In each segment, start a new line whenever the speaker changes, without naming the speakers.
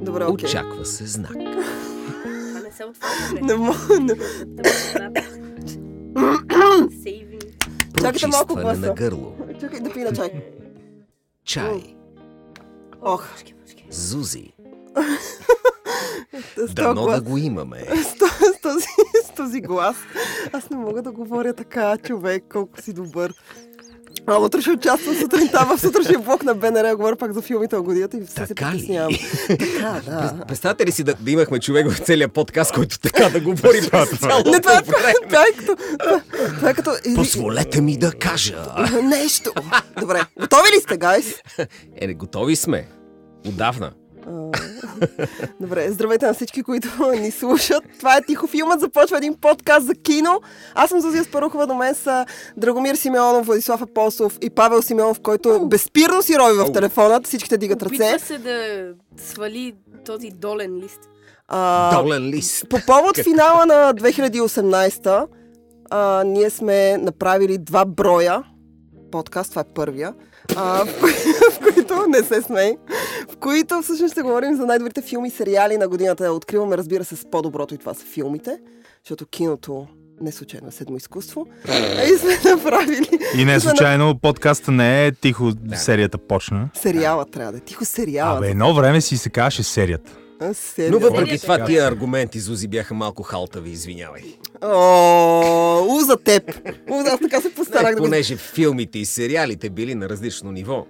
добре, окей.
Очаква се знак.
Това не се отваря.
Не мога. не-
Сейвинг.
Чакайте малко
Прочистване на
гласа.
гърло.
Чакай да пина чай.
Е,
Чай.
Ох,
Зузи.
с този
Дано да
глас.
го имаме.
С то- с този, с този глас. Аз не мога да говоря така, човек, колко си добър. А утре ще участвам сутринта в сутрешния блок на БНР, говоря пак за филмите от годината и все се
Така ли?
притеснявам. Така, да.
Представете ли си да, да имахме човек в целия подкаст, който така да говори през цялото
Не, това е,
време?
това е като... Това е като...
Позволете ми да кажа.
Нещо. Добре. Готови ли сте, гайс?
Е, не, готови сме. Отдавна.
А, Добре, здравейте на всички, които ни слушат. Това е Тихо филмът, започва един подкаст за кино. Аз съм Зузия Спарухова, до мен са Драгомир Симеонов, Владислав Апостолов и Павел Симеонов, който безпирно си рови в
Ау.
телефона, всичките дигат ръце.
Опитва се да свали този долен лист.
А,
Долен лист.
по повод
Как-
финала на 2018 а, ние сме направили два броя подкаст, това е първия, а, в, кои- в които не се смей, в които всъщност ще говорим за най-добрите филми и сериали на годината. Откриваме, разбира се, с по-доброто и това са филмите, защото киното не случайно е седмо изкуство. И сме направили
И не е случайно подкаста не е тихо, серията почна.
сериала, трябва да е. Тихо сериала.
Абе, едно време си се казваше серията.
А, сериал.
Но въпреки
Е,
това
така.
тия аргументи, Зузи, бяха малко халтави, извинявай.
О, у за теб. У, аз така се
Не,
постарах да го
Е, понеже филмите и сериалите били на различно ниво.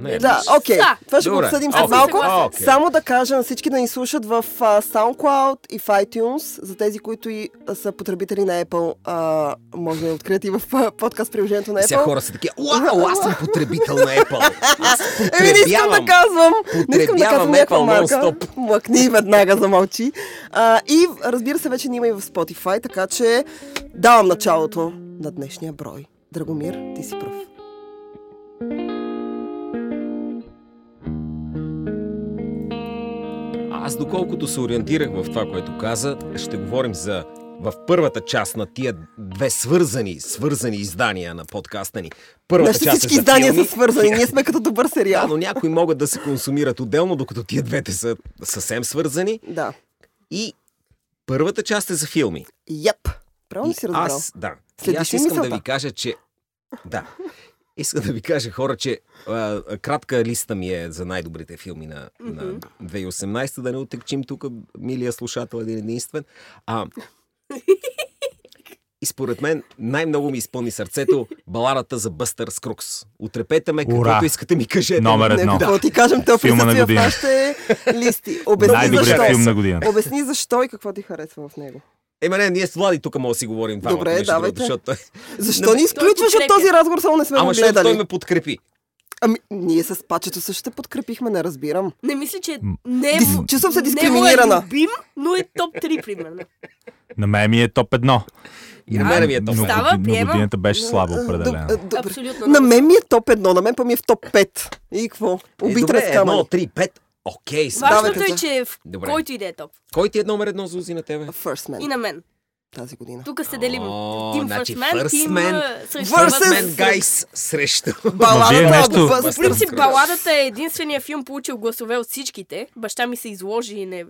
Не,
Да, окей.
Да.
Това ще го
Е, Добре.
обсъдим след
Окей.
малко.
Окей.
Само да кажа на всички да ни слушат в а, SoundCloud и в iTunes. За тези, които и а, са потребители на Apple, а, може да я открият и в а, подкаст приложението на
И Сега
Apple.
хора са такива, уау, аз съм потребител на Apple. Аз
Еми, не искам да
потребявам.
казвам. Не искам да
Потребявам
казвам някаква
Apple
марка.
нон-стоп.
Млъкни веднага, замълчи. А, и разбира се, вече ни има и в Spotify, така че давам началото на днешния брой. Драгомир, ти си пръв.
Аз доколкото се ориентирах в това, което каза, ще говорим за в първата част на тия две свързани, свързани издания на подкаста ни. Първата
Нашите
част
всички
е за
издания са
филми.
свързани. Ние сме като добър
Да,
сериал.
но някои могат да се консумират отделно, докато тия двете са съвсем свързани.
Да.
И първата част е за филми.
Яп. Правилно
И
си разбрал.
аз, да. И
Следиш
аз
ли
искам да
мисълта?
ви кажа, че... Да. Искам да ви кажа, хора, че а, а, кратка листа ми е за най-добрите филми на, на 2018, да не отекчим тук, милия слушател един единствен. А, и според мен най-много ми изпълни сърцето баладата за Бъстър Скрукс. Отрепете ме,
Ура!
каквото искате ми кажете.
Номер
Не,
едно.
какво ти кажем, те
Филма
присъствие в
на година.
нашите е листи. Обясни
Най-добрият
защо.
филм на годината.
Обясни защо и какво ти харесва в него.
Ема не, ние с Влади тук мога да си говорим двамата.
Добре,
между другото,
давайте. е
Защото...
Защо ни изключваш от
подкрепя.
този разговор, само не сме
Ама
го
защото той ме
гледали?
подкрепи.
Ами, ние с пачето също те подкрепихме, не разбирам.
Не мисля, че
М.
не е...
Дис-
му-
чувствам се
не му е
дискриминирана.
любим, но е топ 3 примерно.
На мен ми е топ едно.
И на мене ми е топ
Но,
едно.
Става,
но
приемам.
годината беше слаба
Д-
Е, определено.
д- Е, добре.
Абсолютно.
На мен ми е топ едно, на мен па ми е в топ 5. И какво? нали?
е,
Убит
добре,
раз камъни.
едно, три, пет. Окей, сме.
Важното
Давайте,
е, че в
Добре.
който и да е топ.
Кой ти е номер едно Зузи на тебе?
First
И
Man
на мен.
тази година.
Тук се делим.
О,
Тим
значи
First Man,
First
Тим
Man
uh, срещу
versus-
Batman.
Мен Гайс срещу.
вие
Баладата
нещо-
от
По
Бъстър
Бъстър.
принцип,
Скрукс.
баладата е единствения филм, получил гласове от всичките. Баща ми се изложи и не,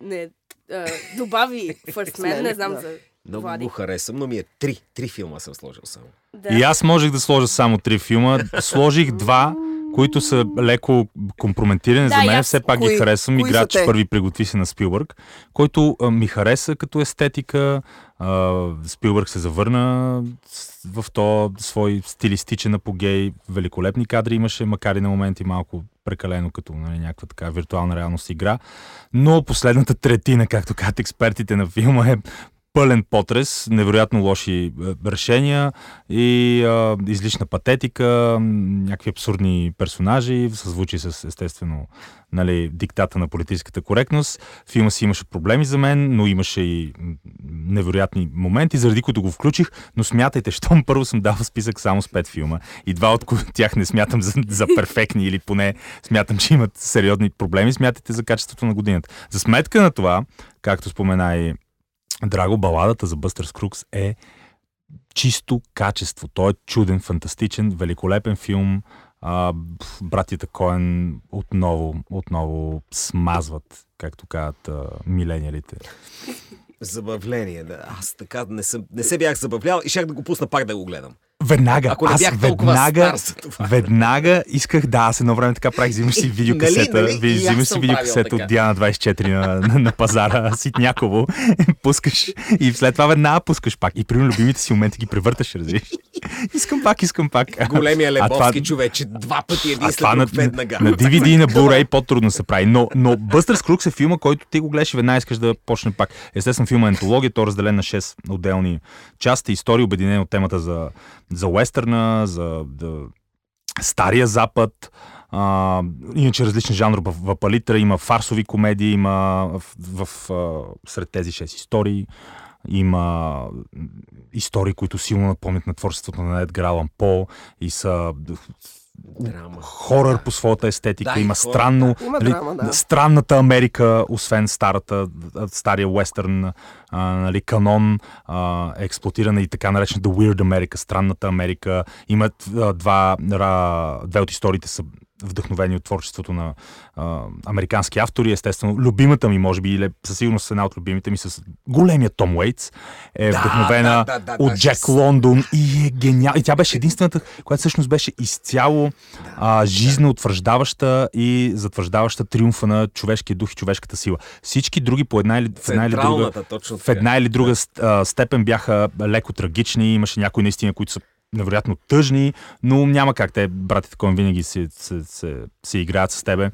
не а, добави First Man. Не знам
Да.
за
Много
Влади.
го харесвам, но ми е три. Три филма съм сложил само.
Да.
И аз можех да сложа само три филма. Сложих два, които са леко компрометирани
Да,
за
и
мен.
аз-
Все пак
кои-
ги харесвам.
кои са
Играч
те?
първи приготви се на Спилбърг, който а, ми хареса като естетика. А, Спилбърг се завърна с- в то свой стилистичен апогей. Великолепни кадри имаше, макар и на моменти малко прекалено като нали, някаква така виртуална реалност игра. Но последната третина, както казват експертите на филма, е пълен потрес, невероятно лоши е, решения и а, излишна патетика, м, някакви абсурдни персонажи, в съзвучие с естествено нали, диктата на политическата коректност. Филма си имаше проблеми за мен, но имаше и м, невероятни моменти, заради които го включих, но смятайте, щом първо съм дал списък само с пет филма и два от които- тях не смятам за, за перфектни или поне смятам, че имат сериозни проблеми, смятайте за качеството на годината. За сметка на това, както спомена и Драго, баладата за Бъстър Скрукс е чисто качество. Той е чуден, фантастичен, великолепен филм. А, пф, братята Коен отново, отново смазват, както казват а, милениалите.
Забавление, да. Аз така не, съм, не се бях забавлял и щях да го пусна пак да го гледам.
Веднага.
Ако не
аз
бях толкова стар
веднага,
за това.
веднага исках, да, аз едно време така правих, взимаш си видеокасета,
Нали, нали,
ви-
и аз
взимаш си
съм
видеокасета
правил
от
така.
Диана 24 на, на, на пазара, ситняково, пускаш и след това веднага пускаш пак. И примерно любимите си моменти ги превърташ, разбираш. Искам пак, искам пак.
Големия
А това-
Лебовски човече, два пъти е един
а
след
това на,
друг веднага.
на DVD и на Blu-ray по-трудно се прави. Но, но Бъстър Скрукс е филма, който ти го гледаш и веднага искаш да почне пак. Естествено, филма е антология, той е разделен на 6 отделни части, истории, обединени от темата за, за уестърна, за да, Стария Запад, а, иначе различни жанри в, в палитра, има фарсови комедии, има в, в, а, сред тези 6 истории. Има м, истории, които силно напомнят на творчеството на Едгар Алан По и са
Драма.
хорър по своята естетика,
Да, и
има
хорър,
странно, нали,
да. Има драма, да.
странната Америка, освен старата, а, стария вестърн, а, нали, канон, а, е експлуатирана и така наречената Weird America, странната Америка. Имат а, два, ра- две от историите са вдъхновени от творчеството на а, американски автори. Естествено, любимата ми, може би, или със сигурност една от любимите ми, с големия Том Уейтс, е
Да,
вдъхновена
да, да, да,
от
да,
Джек
с-
Лондон и е гениал. И тя беше единствената, която всъщност беше изцяло а, жизнеутвърждаваща и затвърждаваща триумфа на човешкия дух и човешката сила. Всички други по една или, в една или друга,
Централната, точно
в една
така.
или друга ст- а, степен бяха леко трагични. Имаше някои наистина, които са невероятно тъжни, но няма как. Те, братите Коен, винаги се, се, се, се играят с тебе.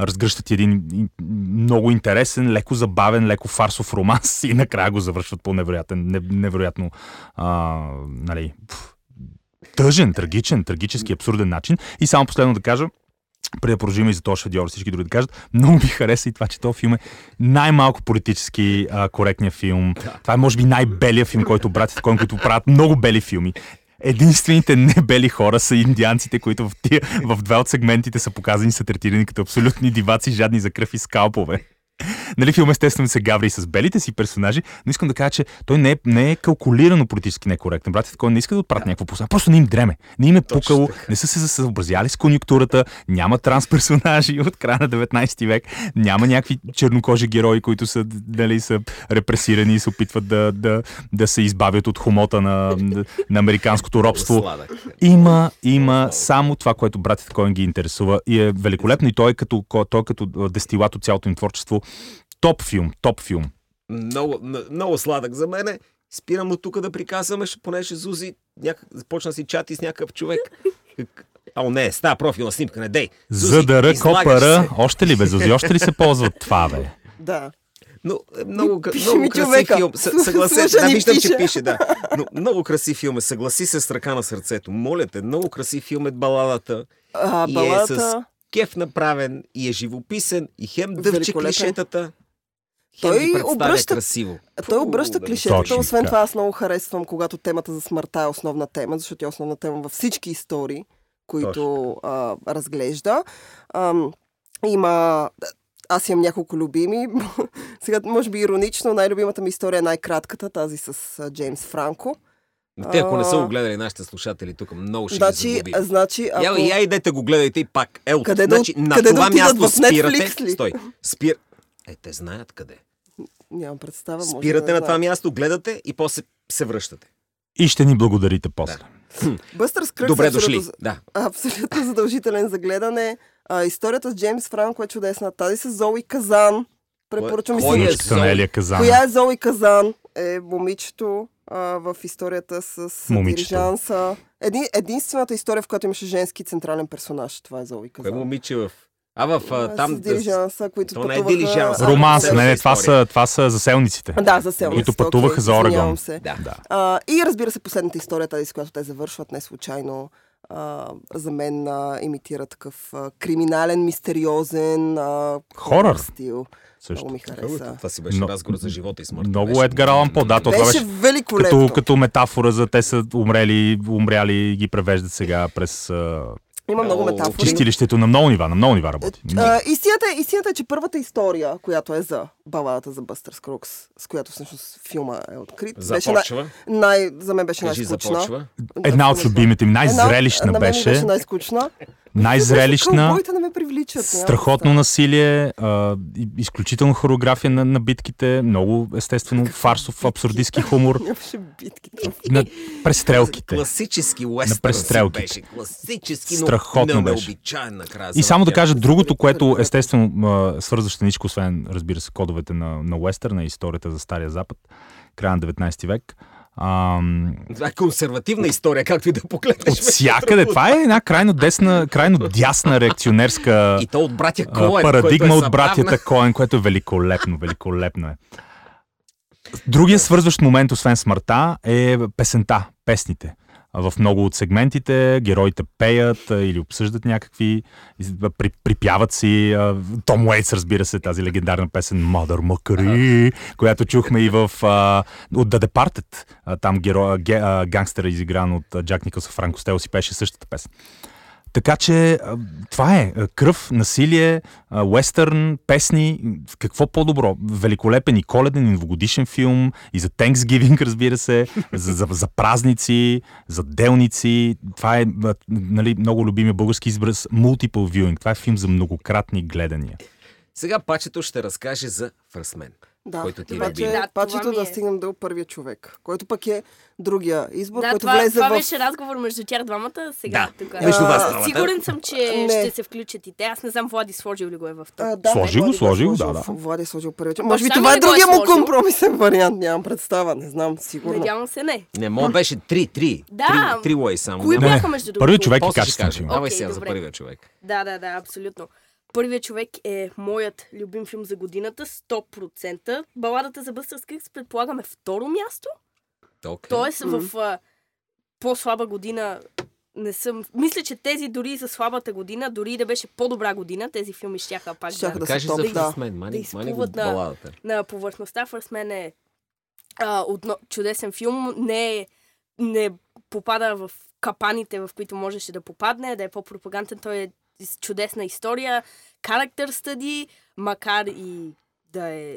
Разгръщат ти един ин- много интересен, леко забавен, леко фарсов романс и накрая го завършват по невероятен, не- невероятно а, нали, пф, тъжен, трагичен, трагически, абсурден начин. И само последно да кажа, преди да продължим и за този шедьовър, всички други да кажат, много ми хареса и това, че този филм е най-малко политически а, коректния филм. Това е, може би, най-белия филм, който братите Коен, които правят много бели филми. Единствените небели хора са индианците, които в, тия, в два от сегментите са показани и са третирани като абсолютни диваци, жадни за кръв и скалпове. Нали, филм естествено се гаври и с белите си персонажи, но искам да кажа, че той не е, не е калкулирано политически некоректен. Братите, кой не иска да отправят някакво послание. Просто не им дреме. Не им е пукало, не са се съобразяли с конюнктурата, няма трансперсонажи от края на 19 век, няма някакви чернокожи герои, които са, нали, са репресирани и се опитват да, да, да се избавят от хомота на, на американското робство.
Сладък.
Има, има само това, което братята Коен ги интересува и е великолепно и той е като, ко- той е като а, дестилат от цялото им творчество. Топ филм, топ филм.
Много, м- много сладък за мене. Спирам от тук да приказваме, ще- понеже Зузи някак... започна да си чати с някакъв човек. Как- О, не, става профилна снимка, не дей. Зузи,
За дъра,
излагаш
копара,
се.
още ли бе, Зузи, още ли се ползват това, бе?
Да.
Но е много, кра-
Пише ми
много красив
човека.
филм. Съ- Съгласен,
Слуша
да,
ни
виждам, че
пише.
пише, да. Но много красив филм е. Съгласи се с ръка на сърцето. Моля те, много красив филм е баладата.
А,
и е
балата...
с кеф направен и е живописен и хем дъвче
Великолепен.
клишетата. Хем
Той
ги представя
обръща-
красиво.
А Той обръща
да.
клишетата,
Точно
освен
така.
това аз много харесвам, когато темата за смъртта е основна тема, защото тя е основна тема във всички истории, които а, разглежда. Ам, има... Аз имам няколко любими. Сега, може би иронично, най-любимата ми история е най-кратката, тази с а, Джеймс Франко.
Те, ако не са го
А.
гледали нашите слушатели тук, много ще ги
Значи,
загубим.
а, значи,
Ако... Я, я идете го гледайте и пак. Ел,
Къде да
значи,
от-
на
къде да
това
отидат,
място
в Netflix
спирате.
ли?
Стой. Спир... Е, те знаят къде.
Нямам представа. може
Спирате
да
на
не
това
знам.
място, гледате и после се връщате.
И ще ни благодарите после.
Бъстър Скръкс е
Добре
абсолютно
дошли. Да.
абсолютно задължителен за гледане. А, историята с Джеймс Франко е чудесна. Да. Тази с Зои Казан. Препоръчвам и
Кой е
си.
Внучката на
Зои?
Елия Казана.
Коя е Зои Казан? Е момичето а, в историята с
Момичето.
Дирижанса. Еди, единствената история, в която имаше женски централен персонаж, това е Зои
Кое
Казан.
момиче в... А в а, там...
с Дирижанса, които
То не е
пътуваха...
Дирижанс,
а,
Романс,
Цялата
не, не, това
история.
са, това са заселниците.
Да, за селниците.
Които пътуваха
окей,
за Орегон.
извинявам се.
Да.
Да.
А, и разбира се, последната история, тази с която те завършват, не случайно а, за мен а, имитира такъв а, криминален, мистериозен а,
Хорър.
стил.
Също.
Много ми хареса.
Това си беше
Но-
разговор за живота и смъртта.
Много
Беше-
Едгар Алан По, да, то това
Беше
беше
великолепно.
като, като метафора за те са умрели, умряли и ги превеждат сега през а,
Има много
О,
метафори.
чистилището на много нива, на много нива работи.
А, истината, е, истината е, че първата история, която е за баладата за Бъстър Скрукс, с която всъщност филма е открит, беше
Започва.
най- най... за мен беше
Кажи
най-скучна.
започва.
Една от любимите ми,
Една-
най-зрелищна
на мен ми
беше.
беше най-скучна.
най-зрелищна,
Бойта не ме привличат. няма
страхотно насилие, а, и- изключително хореография на, на битките, много естествено фарсов, абсурдистски хумор,
представа. Нямаше битки.
на престрелките.
Класически уестърн
престрелките.
си беше. Класически, но
Страхотно беше.
необичайен накрая.
И
за
само да
тях.
кажа другото, което естествено а, свързваше ничко, освен, разбира се, кодовете на, на Уестърна и историята за Стария Запад, края на 19 век. Ам,
Това е консервативна история, както и да погледнеш.
от всякъде. Това е една крайно десна, крайно дясна реакционерска
И то от братя
а,
Коен.
парадигма
който е
от братята
забавна.
Коен, което е великолепно, великолепно е. Другия свързващ момент, освен смъртта, е песента, песните. А В много от сегментите героите пеят а, или обсъждат някакви, из- а, при, припяват си. а, Том Уейтс, разбира се, тази легендарна песен Mother Макари, която чухме и в а, от The Departed. А, Там геро, ге, а, гангстера, изигран от а, Джак Никълс Франко Стел, си пеше същата песен. Така че а, това е а, кръв, насилие, а, уестърн, песни, м, какво по-добро? Великолепен и коледен, и новогодишен филм, и за Thanksgiving, разбира се, за, за, за празници, за делници. Това е а, нали, много любимия български израз multiple viewing. Това е филм за многократни гледания.
Сега пачето ще разкаже за Фръсмен,
Да,
който ти е
това,
люби.
че
Да, това
пачето
ми
да
е.
стигнем до първия човек, който пък е другия избор,
Да,
който
това,
влезе
това
в...
беше разговор между тях двамата сега.
Да,
тук.
между вас
А,
двамата.
Сигурен съм, че
Не.
ще се включат и те. Аз не знам, Влади сложил ли го е в това.
А, да,
Сложи го,
Влади
сложи го,
сложил,
да, да.
Влади е сложил първия човек.
Баща
Може би
ми
това е
не го е
другия му
сложил.
компромисен вариант, нямам представа, не знам, сигурно.
Надявам се не.
Не, мога беше три, три.
Да.
Три- Три лои само.
Кои
Няма-
бяха между другото?
Първият човек е
После ще
качествен
кажа.
филм.
Давай
Окей,
сега за
добре.
първия човек.
Да, да, да, абсолютно. Първият човек е моят любим филм за годината, 100%. Баладата за Бъстър Скрикс предполагаме второ място.
Окей.
Тоест
Мгм.
в а, по-слаба година не съм... Мисля, че тези дори за слабата година, дори и да беше по-добра година, тези филми щяха пак
Щяха
да,
Да
да са
кажеш
топ,
за
да.
Фръсмен, мани,
Да
мани го
изплуват на-
баладата.
на повърхността. Фърст мен е а, отно, чудесен филм. Не, е- не попада в капаните, в които можеше да попадне, да е по-пропаганден. Той е с чудесна история, характер стъди, макар и да е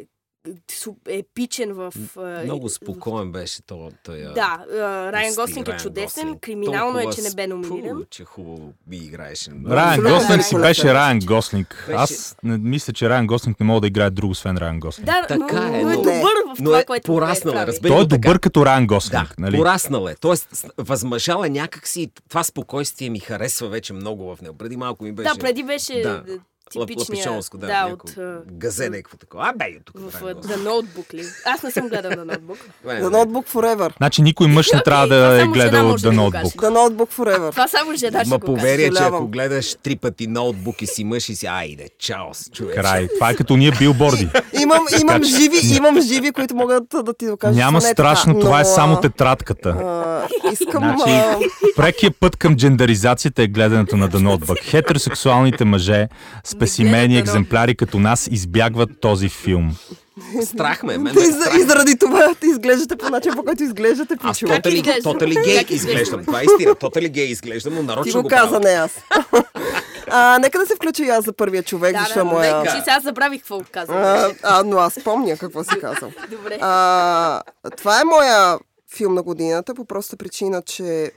су- епичен в... а,
Много
в-
спокоен беше то, той. а,
Да, а, Райан
Исти,
Гослинг е
Райан
чудесен.
Гослинг.
Криминално
Толкова
е, че не бе номиниран.
спу, че хубаво би играеше.
Райан
Абсолютно
Гослинг си
великолепен.
беше Райан Гослинг.
Беше-
Аз не, мисля, че Райан Гослинг не мога да играе друго, освен Райан Гослинг.
Да, но,
Така е,
но е
но-
добър в
Но
това,
е
което
пораснал, е,
прави.
разбери
Той е
го така.
добър като Райан
Да,
Гослинг. нали?
пораснал е. Тоест, с- възмъжал е някакси. Това спокойствие ми харесва вече много в него. Преди малко ми беше...
Да, преди беше
Да.
да.
лап-
типичния...
лапичонско, да,
Да,
някакво
от... а,
Газе някакво такова. А, бе, и тук.
В
Райан
uh,
Гослинг.
The Notebook ли? Аз не съм гледал The Notebook.
The
Не, Е, не, не.
Notebook Forever.
Значи никой мъж не трябва
това
да е
само жена
гледал
може да
The
го каже.
Notebook.
The Notebook Forever.
Това само жена ще
Ма
го каже.
поверя, че ако
Съжалявам.
гледаш три пъти ноутбук и си мъж и си, айде, чао, с човек.
Край. Това е като ние билборди.
Имам, имам живи, имам живи, които могат да ти докажат. че
Няма
не е
страшно,
така,
това е
но, а,
само тетрадката.
а, Искам...
Значи,
а,
прекият път към джендаризацията е гледането на The Notebook. Хетеросексуалните мъже, спесимени,
гледат The
екземпляри като нас, избягват този филм.
Страх ме, мен
И,
ме страх.
за- и заради това те изглеждате по начин, по който изглеждате,
Аз
пичува.
тотали,
изглеждаш?
тотали
Как
гей
изглеждаш?
изглеждам. Това е истина. Тотали гей изглеждам, но нарочно
Ти го
правя.
каза, не аз. а, нека да се включа и аз за първия човек,
Да,
защото
да,
е моя...
да. Че сега забравих какво казвам.
А, а, но аз помня какво си казал.
Добре.
А, това е моя филм на годината по проста причина, че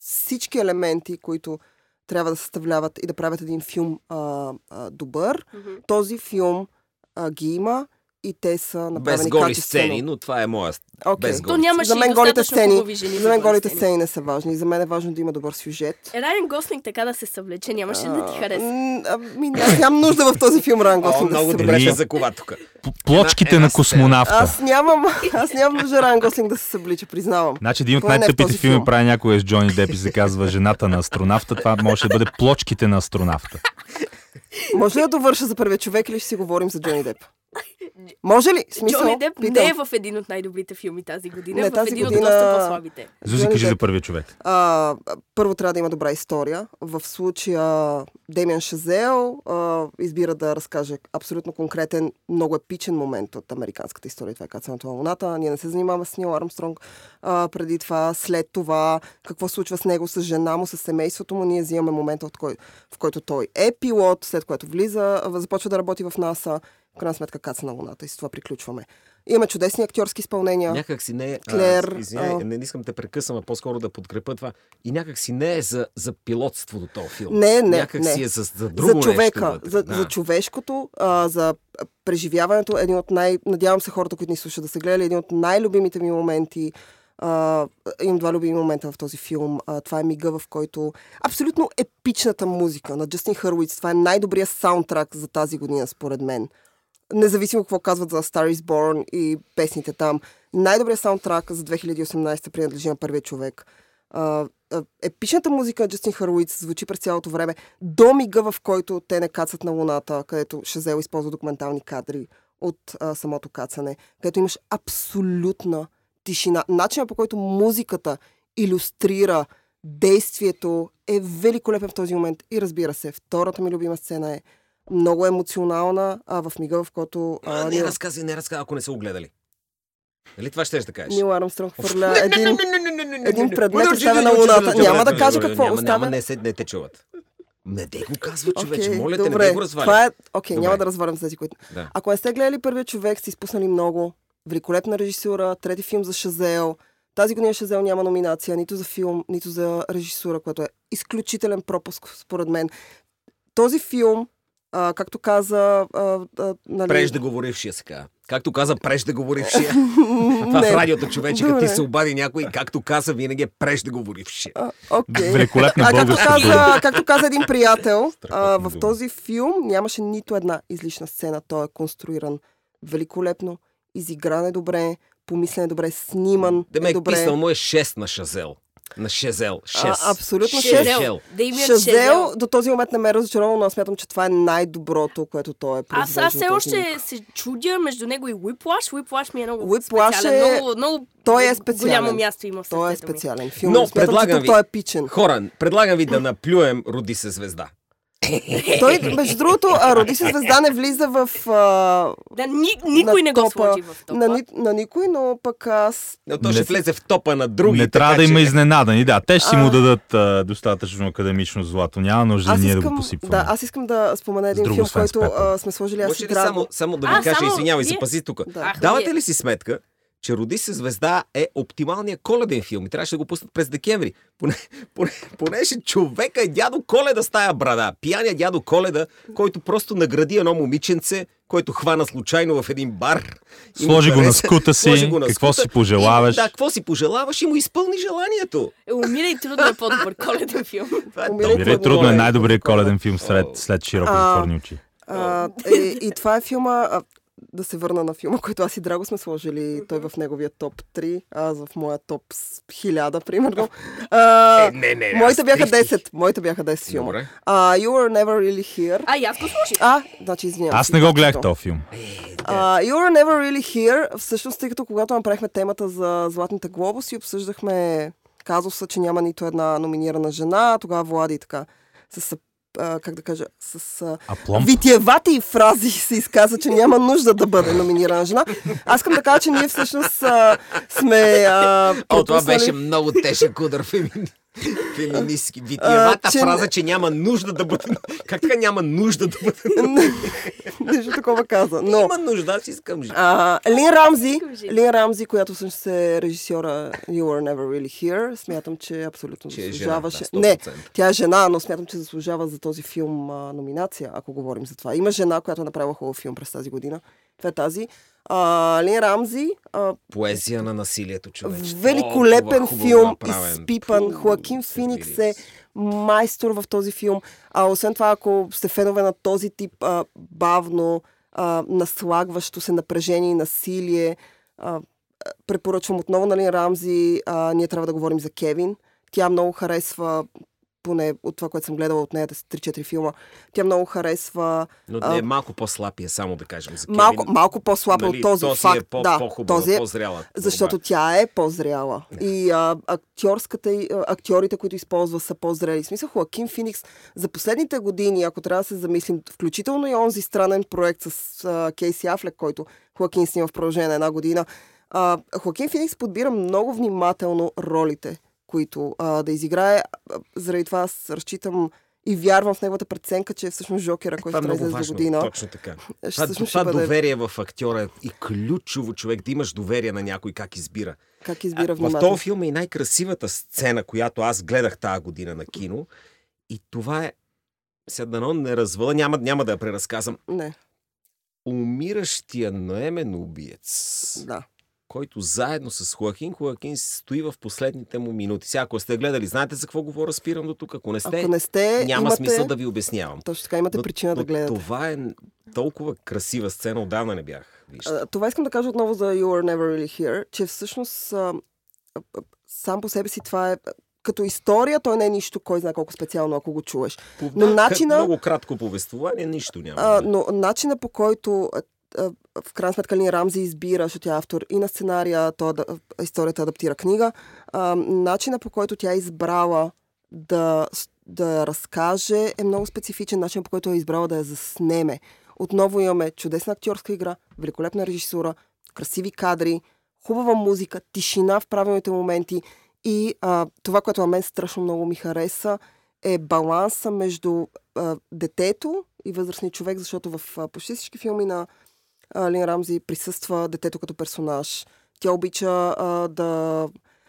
всички елементи, които трябва да съставляват и да правят един филм а, а, добър,
Мгм.
този филм а, ги има и те са
Без
направени
голи
качествено.
сцени, но това е моя.
Окей.
без голи.
То нямаше
За мен
и
голите
достатъчно
сцени.
хубави жени.
За мен голите
голите
сцени не са важни. За мен е важно да има добър сюжет.
Е, Райан Гослинг така да се съвлече, нямаше да Е, ти хареса.
М, Ами, аз нямам нужда в този филм Ран
О,
Гослинг да
много
се
добре
съблича.
ще за кова тук.
П- Плочките
Една-
на
една
космонавта.
Аз нямам, аз нямам нужда Ран Гослинг да се съблича, признавам.
Значи един от
Това не е в
най-тъпите
този
филми
филм.
прави някой е с Джони Деп и се казва Жената на астронавта. Това може да бъде Плочките на астронавта.
Може ли да довърша за първия човек или ще си говорим за Джони Деп? Може ли? В Смисъл,
Джони Деп
питам.
не е в един от най-добрите филми тази година,
Не,
в
тази
един
година-
от доста по-слабите.
Зузи,
Джони
кажи
Деп.
за първия човек.
А, първо трябва да има добра история. В случая Демиан Шазел а, избира да разкаже абсолютно конкретен, много епичен момент от американската история. Това е кацането на луната. Ние не се занимаваме с Нил Армстронг а, преди това, след това, какво случва с него, с жена му, с семейството му. Ние взимаме момента, от кой, в който той е пилот, след което влиза, а, започва да работи в НАСА. В крайна сметка каца на луната и с това приключваме. Има чудесни актьорски изпълнения.
Някак си не е...
Клер,
а, извиняй,
а.
не искам да те прекъсвам, а по-скоро да подкрепя това. И някак си не е за, за пилотството този филм.
Не, не,
някак
не.
си е за, за друго
за човека,
нещо. вътре.
за,
да.
за човешкото, а, за преживяването. Един от най... Надявам се хората, които ни слушат да са гледали, един от най-любимите ми моменти. А, имам два любими момента в този филм. А, това е мига, в който абсолютно епичната музика на Джастин Хървиц. Това е най-добрият саундтрак за тази година, според мен. Независимо какво казват за Star is Born и песните там. Най-добрият саундтрак за 2018 принадлежи на първия човек. А, а, епичната музика на Джастин Харуиц звучи през цялото време до мига, в който те не кацат на Луната, където Шазел използва документални кадри от а, самото кацане, където имаш абсолютна тишина. Начинът по който музиката иллюстрира действието е великолепен в този момент. И разбира се, втората ми любима сцена е много емоционална а, в мига, в който
А,
а,
не
Нил,
разказвай, не разказвай, ако не са огледали. Нали това ще да кажеш?
Нил Армстронг хвърля един...
един
предмет оставя на Луната. Няма да кажа какво
няма,
оставя.
Няма, не, се, не те чуват. Не те го казва човече,
Окей,
моля те, не
добре.
те го разваля.
Това е... Окей,
Добре.
няма да развалям с тези, които...
Да.
Ако не сте гледали първия човек, сте изпуснали много. Великолепна режисура, трети филм за Шазел. Тази година Шазел няма номинация нито за филм, нито за режисура, което е изключителен пропуск, според мен. Този филм, а, както каза... А, а, нали...
Преждеговорившия сега. Както каза преждеговорившия. Това в
Не.
радиото човече, като ти
Добре.
се обади някой, както каза, винаги е преждеговорившия.
А, Окей.
Великолепна
А, както,
българска дума.
каза, както каза един приятел, а,
Страхотна
в
дума.
този филм нямаше нито една излишна сцена. Той е конструиран великолепно, изигран е добре, помислен е добре, сниман е
Демек
добре.
писнал му е 6 на Шазел. На Шезел. 6.
А, абсолютно
Шезел.
шест.
Шезел.
Да имат
Шазел
Шазел.
до този момент не ме е разочаровал, но аз смятам, че това е най-доброто, което той е
Аз,
произвеждал.
аз все
този
още
миг.
се чудя между него и Whiplash. Whiplash ми е много
Whiplash
специален.
е-
Много, много
Той е специален.
голямо място има в сърцето
Той е
ми.
специален филм.
Но,
Но, смятам,
предлагам
че тук
ви-
той е пичен.
Хора, предлагам ви да наплюем Роди се звезда.
Той, между другото, а, Роди се звезда не влиза в... А,
Да, ни, никой
на
не го
топа,
сложи в топа.
на, ни, на никой, но пък аз
Но то
Не-
ще влезе в топа на други.
не трябва да
така че-
има изненадани. Да, те ще си
А.
му дадат а, достатъчно академично злато. Няма нужда
Аз
ние да
искам,
го посипваме.
да, аз искам да спомена един
друго,
филм,
освен с
който
Пепел.
а, сме сложили аз и
Може ли
Драго.
само, само да ви
А,
кажа,
само
извинявай,
вие?
запази тук.
Да.
Ах,
Давате
вие.
ли си сметка, че Роди се звезда е оптималният коледен филм и трябваше да го пуснат през декември. Поне, поне, понеже човека е дядо Коледа с тая брада. Пияния дядо Коледа, който просто награди едно момиченце, който хвана случайно в един бар. и му
Сложи го на
хареса.
скута
Сложи
си,
го на
какво
скута
си пожелаваш.
и- Да, какво си пожелаваш и му изпълни желанието.
Е, умира и трудно е по-добър коледен филм.
Това е
Умира и
толкова
Дори трудно е
голем.
най-добрият коледен филм след, след широко
А.
затворни очи.
А, и, и това е филма, а, да се върна на филма, който аз и Драго сме сложили, той в неговия топ 3, аз в моя топ с 1000, примерно. А,
Е, не, не, не,
моите
аз
бяха
трифтих.
10, моите бяха 10 филма.
Добре.
А, you were never really here.
А, и аз го слушах.
А, значи извинявам
Аз
се,
не го гледах
точно.
този филм.
Uh, you were never really here. Всъщност, тъй като когато направихме темата за Златните глобуси, обсъждахме казуса, че няма нито една номинирана жена, тогава Влади така с, а, как да кажа, с а,
А пломб?
витиевати фрази се изказа, че няма нужда да бъде номинирана жена. Аз искам да кажа, че ние всъщност а, сме а,
О, това
пропуснали-
беше много тежък удар фемини... феминистски. Витиевата
А, че-
фраза, че няма нужда да бъде... Как така няма нужда да бъде...
Нещо такова каза. Но...
Има нужда, аз искам жена.
А, Лин Рамзи,
Кажи.
Лин Рамзи, която всъщност е режисьора You Were Never Really Here, смятам, че абсолютно
Че е жена,
заслужаваше.
да, 100%.
Не, тя е жена, но смятам, че заслужава за този филм а, номинация, ако говорим за това. Има жена, която е направила хубав филм през тази година. Това е тази. А, Лин Рамзи, а,
Поезия на насилието, човече.
великолепен
Толкова хубаво
филм,
направен.
изпипан.
Пу,
Хоакин
се
Феникс
види.
е майстор в този филм. А освен това, ако сте фенове на този тип а, бавно, а, наслагващо се напрежение и насилие, а, а, препоръчвам отново на Лин Рамзи, а, ние трябва да говорим за Кевин. Тя много харесва, поне от това, което съм гледала от нея, да са 3-4 филма, тя много харесва
Но не, е малко по-слабия, само да кажем. За Кевин.
малко, малко по-слаб
Нали,
от този,
този
факт.
Е по,
да,
по-хубава,
този е
по-зряла.
защото тя е по-зряла. И а, актьорската, и, а, актьорите, които използва, са по-зрели. В смисъл, Хоакин Феникс за последните години, ако трябва да се замислим, включително и онзи странен проект с а, Кейси Афлек, който Хоакин снима в продължение на една година, а, Хоакин Феникс подбира много внимателно ролите, които а, да изиграе. А, Заради това аз разчитам и вярвам в неговата преценка, че е всъщност Жокера, който ще
много
излезе до
важно.
година.
Точно така.
Ще-
Това,
всъщност
това
ще бъде
доверие в актьора е и ключово човек, да имаш доверие на някой как избира.
как избира
в
внимателно.
този филм е и най-красивата сцена, която аз гледах тази година на кино. И това е... Сега дано не развала, няма, няма да я преразказвам.
Не,
Умиращия наемен убиец,
да.
който заедно с Хоакин Хоакин стои в последните му минути. Сега, ако сте гледали, знаете за какво говоря, спирам до тук. Ако не сте,
Ако не сте,
няма
имате...
смисъл да ви обяснявам.
Точно така, имате
Но-
причина да
но
гледате.
Това е толкова красива сцена, отдавна не бях. Вижте.
А, Това искам да кажа отново за You Are Never Really Here, че всъщност а, а, а, сам по себе си това е като история, той не е нищо, кой знае колко специално, ако го чуеш.
По-
но
да,
начина-
Много кратко повествование, нищо няма.
А, но начина по който а, а, в крайна сметка Лин Рамзи избира, защото тя е автор и на сценария, то ада, историята адаптира книга, а, начина по който тя е избрала да, с- да я разкаже е много специфичен, начин по който е избрала да я заснеме. Отново имаме чудесна актьорска игра, великолепна режисура, красиви кадри, хубава музика, тишина в правилните моменти и а, това, което на мен страшно много ми хареса, е баланса между а, детето и възрастния човек, защото в а, почти всички филми на а, Лин Рамзи присъства детето като персонаж. Тя обича а, да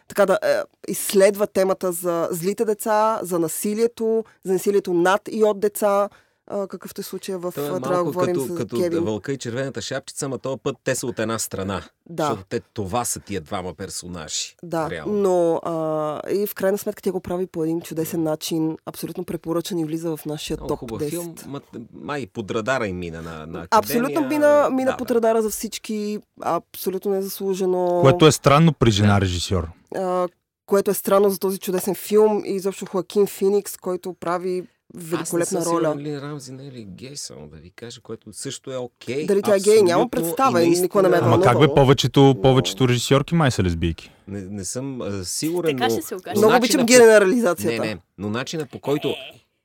така да е, изследва темата за злите деца, за насилието, за насилието над и от деца, а, какъвто е случая в
Той е
трябва да
малко
говорим
като,
с
като
Кевин.
вълка и червената шапчица, ама този път те са от една страна.
Да.
Защото те, това са тия двама персонажи.
Да,
реално.
но а, и в крайна сметка тя го прави по един чудесен начин, абсолютно препоръчан и влиза в нашия
Много
топ
хубав
10.
филм. Ма, май под радара и мина на, на академия.
Абсолютно мина, мина
да,
под
да.
радара за всички, абсолютно незаслужено.
Което е странно при жена режисьор.
а, което е странно за този чудесен филм и изобщо Хоакин Феникс, който прави великолепна
Аз не съм
роля.
Сигурен, ли Рамзи не е ли гей, само да ви кажа, което също е окей.
Дали тя е гей, нямам
абсолютно,
представа
и
и никога не ме е
Ама
много.
как бе, повечето, повечето режисьорки май са лесбийки.
Не, не съм а, сигурен,
Така
но...
ще се окаже.
но
Много
начина
обичам
по- Значи Не,
генерализацията.
не, но начина по който...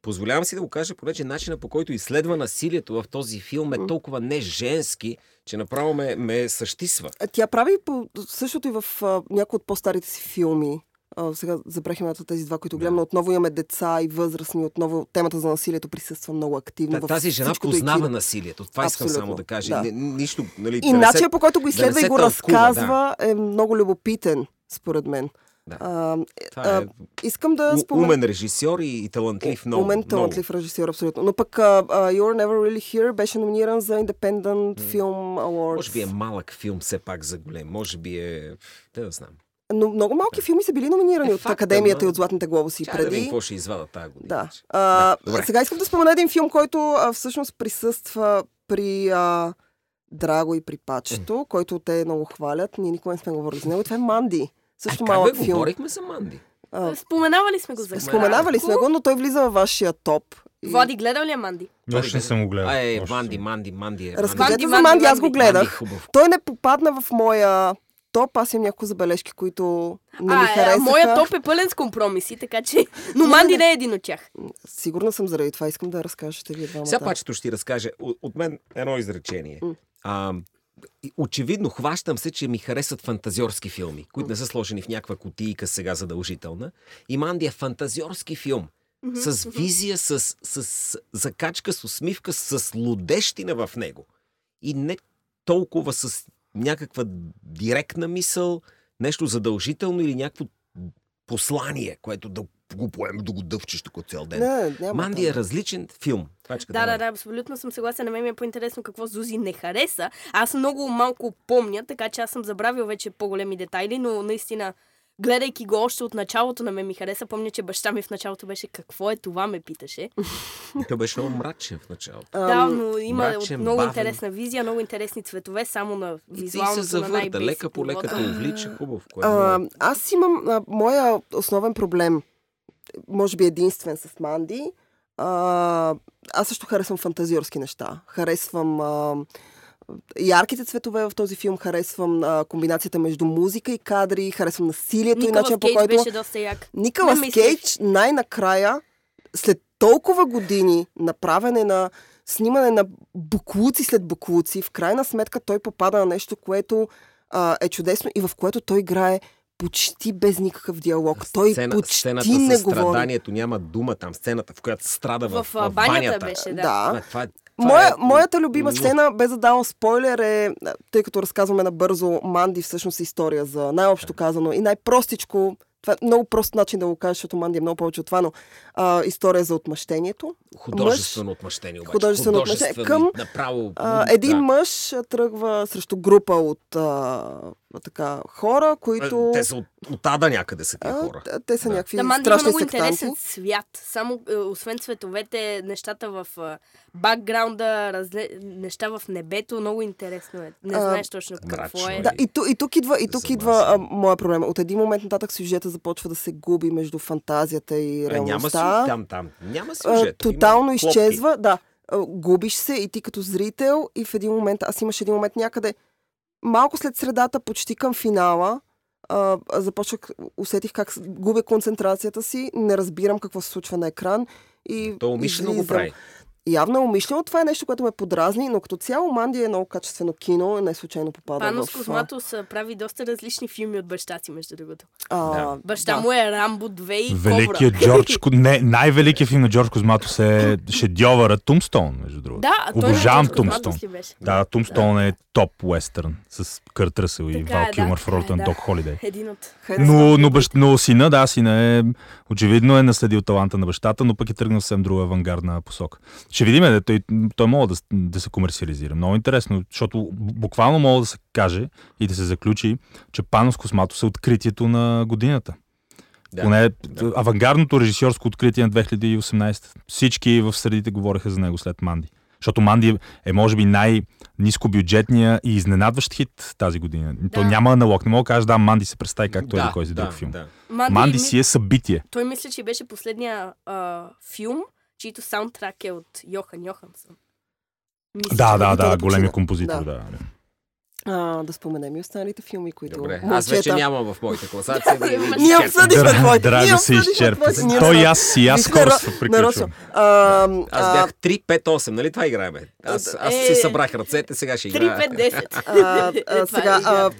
Позволявам си да го кажа, понеже начина по който изследва насилието в този филм е толкова не женски, че направо ме, ме същисва.
А Тя прави по същото и в а, някои от по-старите си филми. А, сега забрах имената на тези два, които гледам, но отново имаме деца и възрастни. Отново темата за насилието присъства много активно.
Та,
в
тази жена
всичкото й
познава
кино.
насилието. Това искам само
Абсолютно,
да кажа.
да.
Не, нищо, нали,
И
да не се-
начинът по който го изследва
се
и го
тълкува,
разказва е много любопитен, според мен.
Да.
А,
Това е
а, искам да
у-
спомена...
умен режисьор и, и талантлив. Много,
Умен, талантлив режисьор, абсолютно. Но пък uh, You're Never Really Here беше номиниран за Independent Film Awards.
Много. Може би е малък филм все пак за голем. Може би е... Те да знам.
Но много малки филми са били номинирани
Е,
от
факт,
Академията и
ама-
от Златните глобуси
Чай да
преди.
видим какво ще извада тази година.
Да.
че.
А,
добре.
сега искам да спомена един филм, който а, всъщност присъства при а, Драго и при Пачето, който те много хвалят. Ние никога не сме говорили за него. Това е Манди. Също
а,
малък
как бе,
филм.
говорихме за Манди?
А,
Споменавали сме го за
споменавали
кратко.
сме го, но той влиза във вашия топ. И-
Влади, гледал ли е Манди?
Още не съм го гледал.
А, е,
Още.
Манди, Манди, Манди. Е, Манди.
Разкажете за
Манди,
Манди, аз го
Манди.
Манди,
гледах.
хубав.
Той не попадна в моя топ. Аз имам някои забележки, които не ми
а, е,
харесаха.
моя топ е пълен с компромиси, така че... Но Манди не е един от тях.
Сигурна съм заради това. Искам да разкажете вие двамата.
Сега пачето ще ти разкаже от, от мен едно изречение.
М.
А, и очевидно хващам се, че ми харесват фантазиорски филми, които не са сложени в някаква кутийка сега задължителна. И Манди е фантазиорски филм. С визия, с, с, с закачка, с усмивка, с лудещина в него. И не толкова с някаква директна мисъл, нещо задължително или някакво послание, което да го поем, да го дъвчеш тук цял ден.
Не, няма
Манди
там.
е различен филм. Пачка,
Да, да,
давай.
да, абсолютно съм съгласен. На мен ми е по-интересно какво Зузи не хареса. Аз много малко помня, така че аз съм забравил вече по-големи детайли, но наистина, гледайки го още от началото на мен ми хареса, помня, че баща ми в началото беше какво е това, ме питаше.
Той беше много мрачен в началото.
да,
Ам,
но има
мрачен,
много
бавен.
интересна визия, много интересни цветове, само на
И ти
визуалното
се
на
завърта,
най-бейсик
лека по лека
нивото.
те увлича хубаво. Кое
А,
е? а,
аз имам а, моя основен проблем, може би единствен с Манди. А, аз също харесвам фантазиорски неща. Харесвам а, ярките цветове в този филм, харесвам а, комбинацията между музика и кадри, харесвам насилието и
Николас
начина по
Кейдж
който...
беше доста як.
Николас
Не мислиш.
Кейдж най-накрая, след толкова години направене на снимане на буклуци след буклуци, в крайна сметка той попада на нещо, което а, е чудесно и в което той играе почти без никакъв диалог. Той
Сцена,
почти
сцената
не
с
говори.
страданието няма дума там. Сцената, в която страда в,
В, а, банята беше, да.
Да.
Това, това, това
Моя,
е...
моята любима
Му.
сцена, без да давам спойлер, е, тъй като разказваме набързо Манди всъщност е история за най-общо казано и най-простичко, това е много прост начин да го кажа, защото Манди е много повече от това, но а, история за отмъщението.
Художествено отмъщение обаче.
Художествено отмъщение. Към,
Художествено Направо...
А, един
да.
да. мъж а, тръгва срещу група от а, така, хора, които...
Е, Те са от, от ада някъде са тия
а,
хора.
те- те са
Да.
някакви
Да, Манди има
страшни
много
сектанти.
интересен свят. Само, е, освен цветовете, нещата в е, бакграунда, разле... неща в небето, много интересно е. Не
А,
знаеш точно какво
мрачно е.
е.
Да, и, ту, и тук идва, и тук
За
идва
нас.
а, моя проблем. От един момент нататък сюжета започва да се губи между фантазията и
А, Е, няма си
реалността.
там, там. Няма
А,
сюжет. има
тотално
клопки.
изчезва, да. А, Губиш се и ти като зрител и в един момент, аз имаш един момент някъде, малко след средата, почти към финала, а, а, започнах, усетих как с- губя концентрацията си, не разбирам какво се случва на екран и
То умишлено го
излизам.
прави.
Явно е умишлено, това е нещо, което ме подразни, но като цяло Манди е много качествено кино, не случайно попада
Панос
в... а,
Козматос а, прави доста различни филми от баща си, между другото.
А,
Баща
да.
му е Рамбо 2 и Кобра.
Великият Джордж... Ко- Не, най-великият филм на Джордж Козматос е шедьовъра Тумстоун, между другото.
Да, а той
Обожавам
на Джордж Козматос
Тумстон.
ли беше?
Да, Тумстоун е топ уестърн с Кърт Ръсъл и
Така
Вал
е,
Килмър
да,
в ролята
така
на
е,
Док
да.
Холидей.
Един от...
Но, но, бащ, но сина, да, сина е, очевидно е наследил таланта на бащата, но пък е тръгнал в съвсем друга авангардна посока. Ще видим, да, той, той мога да, с- да се комерциализира. Много интересно, защото буквално мога да се каже и да се заключи, че Панос Косматос е откритието на годината.
Да.
Поне е, авангардното режисьорско откритие на 2018. Всички в средите говореха за него след Манди. Защото Манди е, може би, най-низкобюджетния и изненадващ хит тази година. То
Да.
няма аналог. Не мога да кажа, да, Манди се представи както е
да,
до кой си
да,
друг филм.
Да.
Манди,
Манди
ми-
си е събитие.
Той мисля, че беше последния а, филм, чийто саундтрак е от Йохан Йохансон. Мисля,
Да,
че-
да,
и той
да,
да
големия
почина.
композитор,
Да.
да.
А, да споменем и останалите филми, които...
Добре, аз
момчета-
вече нямам в моята класация. нали? да не ви
Ние
изчерпвам.
обсъдихме
Дра-
твоите. ние
Драго се
обсъдихме
изчерпа.
твоите. Ние
Той и
обсъдихме-
аз и аз
Вижте,
скоро
Ро-
се
Нарочно.
приключвам.
А,
Аз
а,
бях 3-5-8, нали това играем? Аз, аз
Е.
си събрах ръцете, сега ще играя.
3-5-10.
а, а,
Това е
сега, а,
идеално.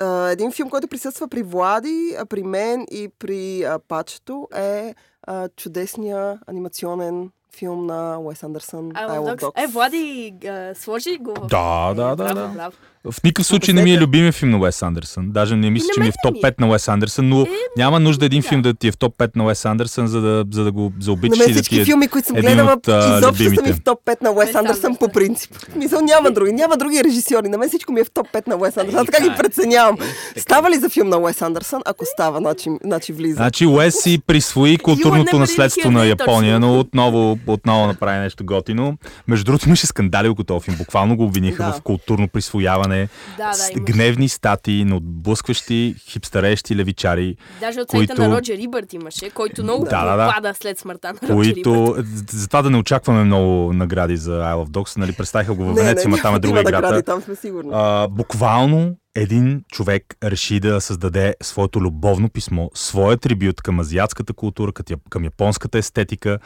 а, а, един филм, който присъства при Влади, а, при мен и при а, Пачето е а, чудесния анимационен филм на Уес Андерсън. I
I
Love Dogs.
Love Dogs. Е, Влади, а, сложи го в...
Да, да, да,
Браво,
да.
браво.
В никакъв случай не ми е любимия филм на Уес Андерсън. Даже не мисля,
И на
че ми е
мен
в
не
топ
ми е.
5 на Уес Андерсън, но няма нужда един
да.
филм да ти е в топ 5 на Уес Андерсън, за да, за да го
На
заобичаш
мен
и да
всички
ти е...
филми, които съм
един
гледала,
от, а,
изобщо са ми
любимите.
в топ 5 на Уес
Уес
Андерсън по
Андерсън.
принцип. Мисъл, няма други, няма други режисьори. На мен всичко ми е в топ 5 на Уес Андерсън. Аз така ги
така е.
преценявам.
Така.
Става ли за филм на Уес Андерсън? Ако става, значи, значи влиза.
Значи Уес си присвои културното
never
наследство
hear
на
that,
Япония,
точно.
но отново, отново направи нещо готино. Между другото имаше скандали около този филм. Буквално го обвиниха
Да.
в културно присвояване.
Да,
с
да, имаш.
гневни статии на отблъскващи хипстарещи левичари,
Даже от сайта
които-
на Роджер Рибърт имаше, който много
Да, да, да.
попада след смъртта на Роджер Рибърт.
които... Затова да не очакваме много награди за I Love Dogs, нали, представиха го в Венеция, ма там е
няма
друга
да краде,
играта.
там сме сигурни.
А, буквално един човек реши да създаде своето любовно писмо, своя трибют към азиатската култура, към, я- към японската естетика,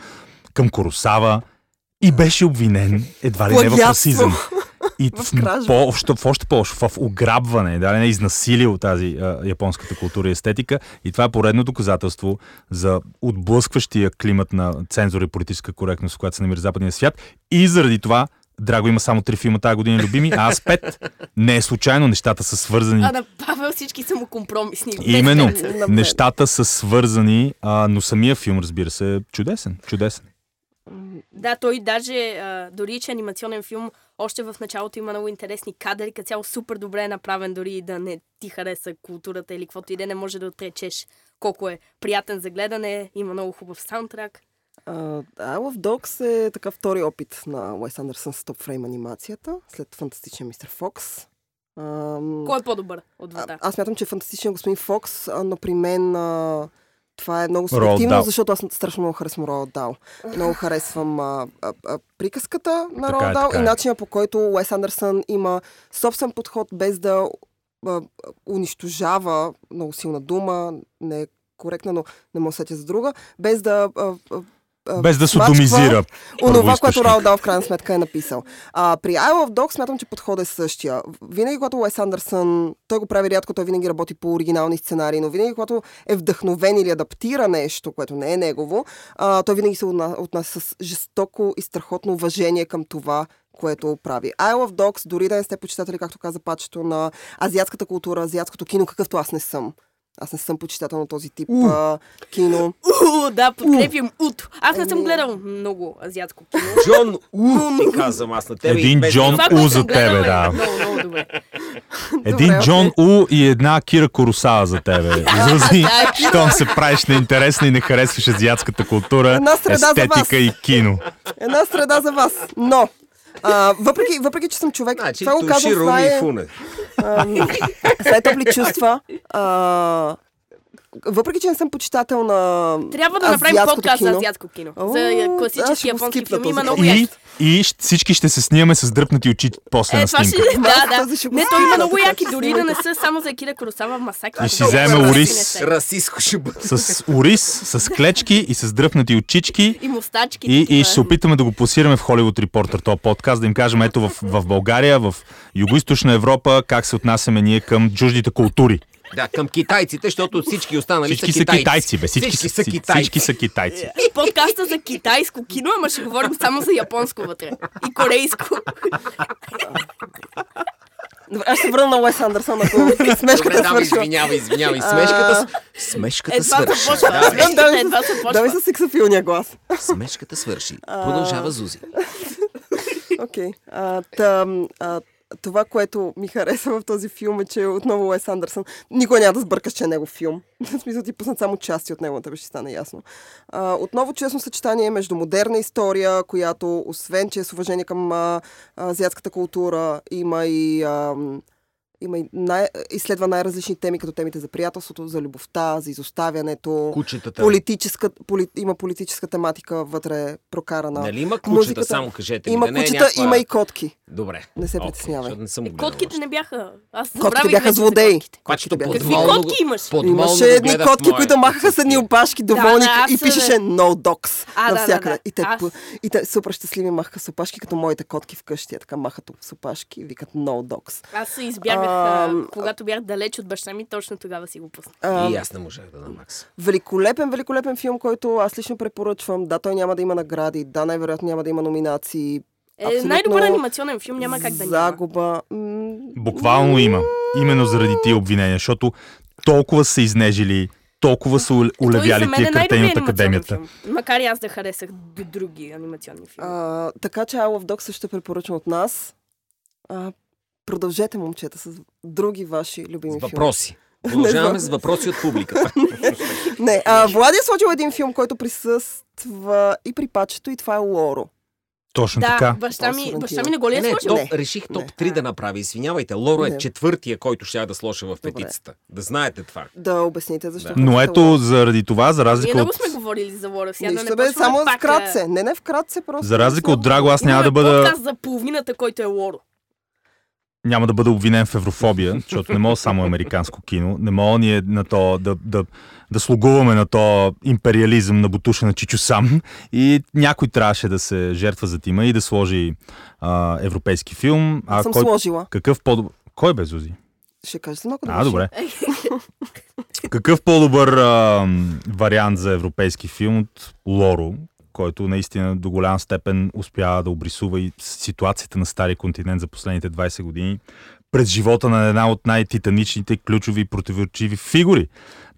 към Коросава и беше обвинен едва ли не в
Плагиатство.
расизъм. И
В
в,
кражба.
по, в, в още по-лошо, в ограбване, едва ли не изнасилил тази а, японската култура и естетика. И това е поредно доказателство за отблъскващия климат на цензура и политическа коректност, в която се намира западния свят. И заради това Драго има само три филма тази година любими, а аз пет. Не е случайно, нещата са свързани.
А на Павел всички са му компромисни.
Именно,
Без
Напред.
нещата са свързани, а, но самия филм, разбира се, е чудесен. Чудесен.
Да, той даже, а, дори че е анимационен филм, още в началото има много интересни кадри, като цяло супер добре е направен, дори и да не ти хареса културата или каквото и да е, не може да отречеш колко е приятен за гледане, има много хубав саундтрак.
Uh, I Love Dogs е така втори опит на Уес Андерсън с топ-фрейм анимацията, след Фантастичен мистер Фокс. Ам,
Кой е по-добър от
а,
двата?
аз мятам, че е Фантастичен господин Фокс, а, но при мен а, това е много
Роald
субективно,
Dahl.
защото аз страшно много харесвам Роald Дал. Много харесвам а, а, а, приказката на
Така е,
Роald Дал
така
и
е.
начина по който Уес Андерсън има собствен подход, без да а, унищожава, много силна дума, не е коректна, но не му сетя за друга, без да а, а, а,
Без да
смачква
содомизира
Онова, което
първоизточник.
Рао Дал в крайна сметка е написал. А, при I Love Dog смятам, че подходът е същия. Винаги, когато Уес Андерсън, той го прави рядко, той винаги работи по оригинални сценарии, но винаги, когато е вдъхновен или адаптира нещо, което не е негово, а, той винаги се отна- отнася с жестоко и страхотно уважение към това, което прави. I Love Dogs, дори да не сте почитатели, както каза пачето, на азиатската култура, азиатското кино, какъвто аз не съм. Аз не съм почитател на този тип а, кино.
У, да, подкрепям уто. Аз не съм
Еми.
гледал много азиатско кино.
Джон У, ти казвам аз на тебе.
Един
без-
Джон
Това,
У
което
за
съм гледала,
тебе, да.
е много, много добре.
Един
Добре,
Джон У и една Кира Коросава за тебе. Изрази, щом се правиш неинтересна и не харесваш азиатската култура,
Една среда за вас.
естетика и кино.
Една среда за вас. Но, а, въпреки, въпреки, че съм човек,
Значи,
това го казвам,
туши,
това
руми и
е...
фуне.
Ам, След топли чувства. А, въпреки, че не съм почитател на
Трябва да направим
азиатското
подкаст за
кино.
азиатско кино.
О,
За е,
аз ще
класически
го
японски
скипна
филми
този
има много
подкаст.
И,
яки.
и щ- всички ще се снимаме с дръпнати очи после
Е,
на
това ще...
снимка.
Да,
Аз този ще
да.
го
Не, той има
скипна,
много
така
яки,
че
дори да не са само за Акира Куросава, Масаки.
И си вземе
Толкова
ориз.
не са.
Расист ще бъде.
С ориз, с клечки и с дръпнати очички.
И мустачки.
И, е. и
такива.
ще се опитаме да го пласираме в Холивуд Репортер, този подкаст, да им кажем ето в, в България, в Юго-Источна Европа, как се отнасяме ние към чуждите култури.
Да, към китайците, защото всички
Нали
останали
Всички
са
са
китайци.
китайци, бе. Всички,
Всички са китайци.
Всички са китайци.
И подкаста за китайско кино, ама ще говорим само за японско вътре. И корейско.
Добре, аз ще се върна на Уес Андерсон, ако
Добре,
смешката
дава,
свършва. Е,
извинявай, извинявай. Смешката, с- смешката
Едва
свърши.
започва.
Да, бе.
Да,
Смешката едва се
Давай
почва.
с сексофилния глас.
Смешката свърши. Продължава Зузи.
Окей. А, там, а, Това, което ми хареса в този филм е, че отново Уес Андерсън. Никога няма да сбъркаш, че е негов филм. В смисъл ти пуснат само части от него, на тебе ще стане ясно. А, отново честно съчетание между модерна история, която освен, че е с уважение към а, азиатската култура, има и ам, има и най- изследва най-различни теми, като темите за приятелството, за любовта, за изоставянето.
Кучетата.
Политическа, поли, има политическа тематика вътре прокарана.
Нали има кучета?
Музиката.
Само кажете ми,
Има
да не е
кучета,
някаква-
има и котки.
Добре.
Не се
Окей,
притеснявай. Е,
защото Не съм го гледал
Котките
още.
не бяха. Аз
Котките
забравих
бяха
вече за
злодеи.
котките.
Пачето
бяха
Какви
подволно го-
котки имаш?
подволно го
Имаше едни
гледах
котки,
моя.
които махаха с едни опашки, доволни
да, аз
и
се-
пишеше No Dogs
А, да,
навсякъде.
да, да.
И, те,
Аз-
по- и те супер щастливи махаха с опашки, като моите котки вкъщи. Е, така махат с опашки и викат No Dogs.
Аз се избягах,
Ам,
а, когато бях далеч от баща ми, точно тогава си го пуснах.
А,
И аз не можах да дам Макс.
Великолепен, великолепен филм, който аз лично препоръчвам. Да, той няма да има награди. Да, най-вероятно няма да има номинации.
Е,
Абсолютно
най-добър анимационен филм няма как да няма.
Загуба. М,
Буквално има. Именно заради тия обвинения, защото толкова са изнежили, толкова са уле-
Той
улевяли
за мен
тия
е най-добрият
картини от
анимационен
академията.
Филм. Макар и аз да харесах д- други анимационни филми.
А, така че I Love Dog също е препоръчен от нас. А, продължете, момчета, с други ваши любими
С
филми.
въпроси. Продължаваме с въпроси от Значи, публиката.
Не, а, Влади е сложил един филм, който присъства и при пачето, и това е Лоро.
Точно
да,
така.
баща ми,
Освен
баща
тия.
ми не го ли
Не,
е
не,
сложил?
топ,
Не.
реших топ
Не.
3 да направя. Извинявайте, Лоро е
Не.
четвъртия, който ще я да сложа в
Добре.
петицата. Да знаете това.
Да обясните защо.
Да.
Но
хората
ето, заради това, за
Ние
разлика от...
Е, много сме говорили за Лора. Сега да не
Нищо бе,
почваме
само
пак, е- а,
вкратце. Не, не вкратце, просто.
За разлика
мисля,
от Драго, аз няма
имаме
да бъда,
Подкаст за половината, който е Лоро.
няма да бъда обвинен в еврофобия, защото не мога само американско кино, не мога ние на то да, да, да слугуваме на то империализъм на бутуша на Чичо сам и някой трябваше да се жертва за тима и да сложи а, европейски филм. А
съм
кой,
сложила.
какъв по Кой бе, Зузи?
Ще кажа за много души.
А, добре. Какъв по-добър а, м, вариант за европейски филм от Лоро, който наистина до голям степен успя да обрисува и ситуацията на Стария континент за последните 20 години през живота на една от най-титаничните, ключови и противоречиви фигури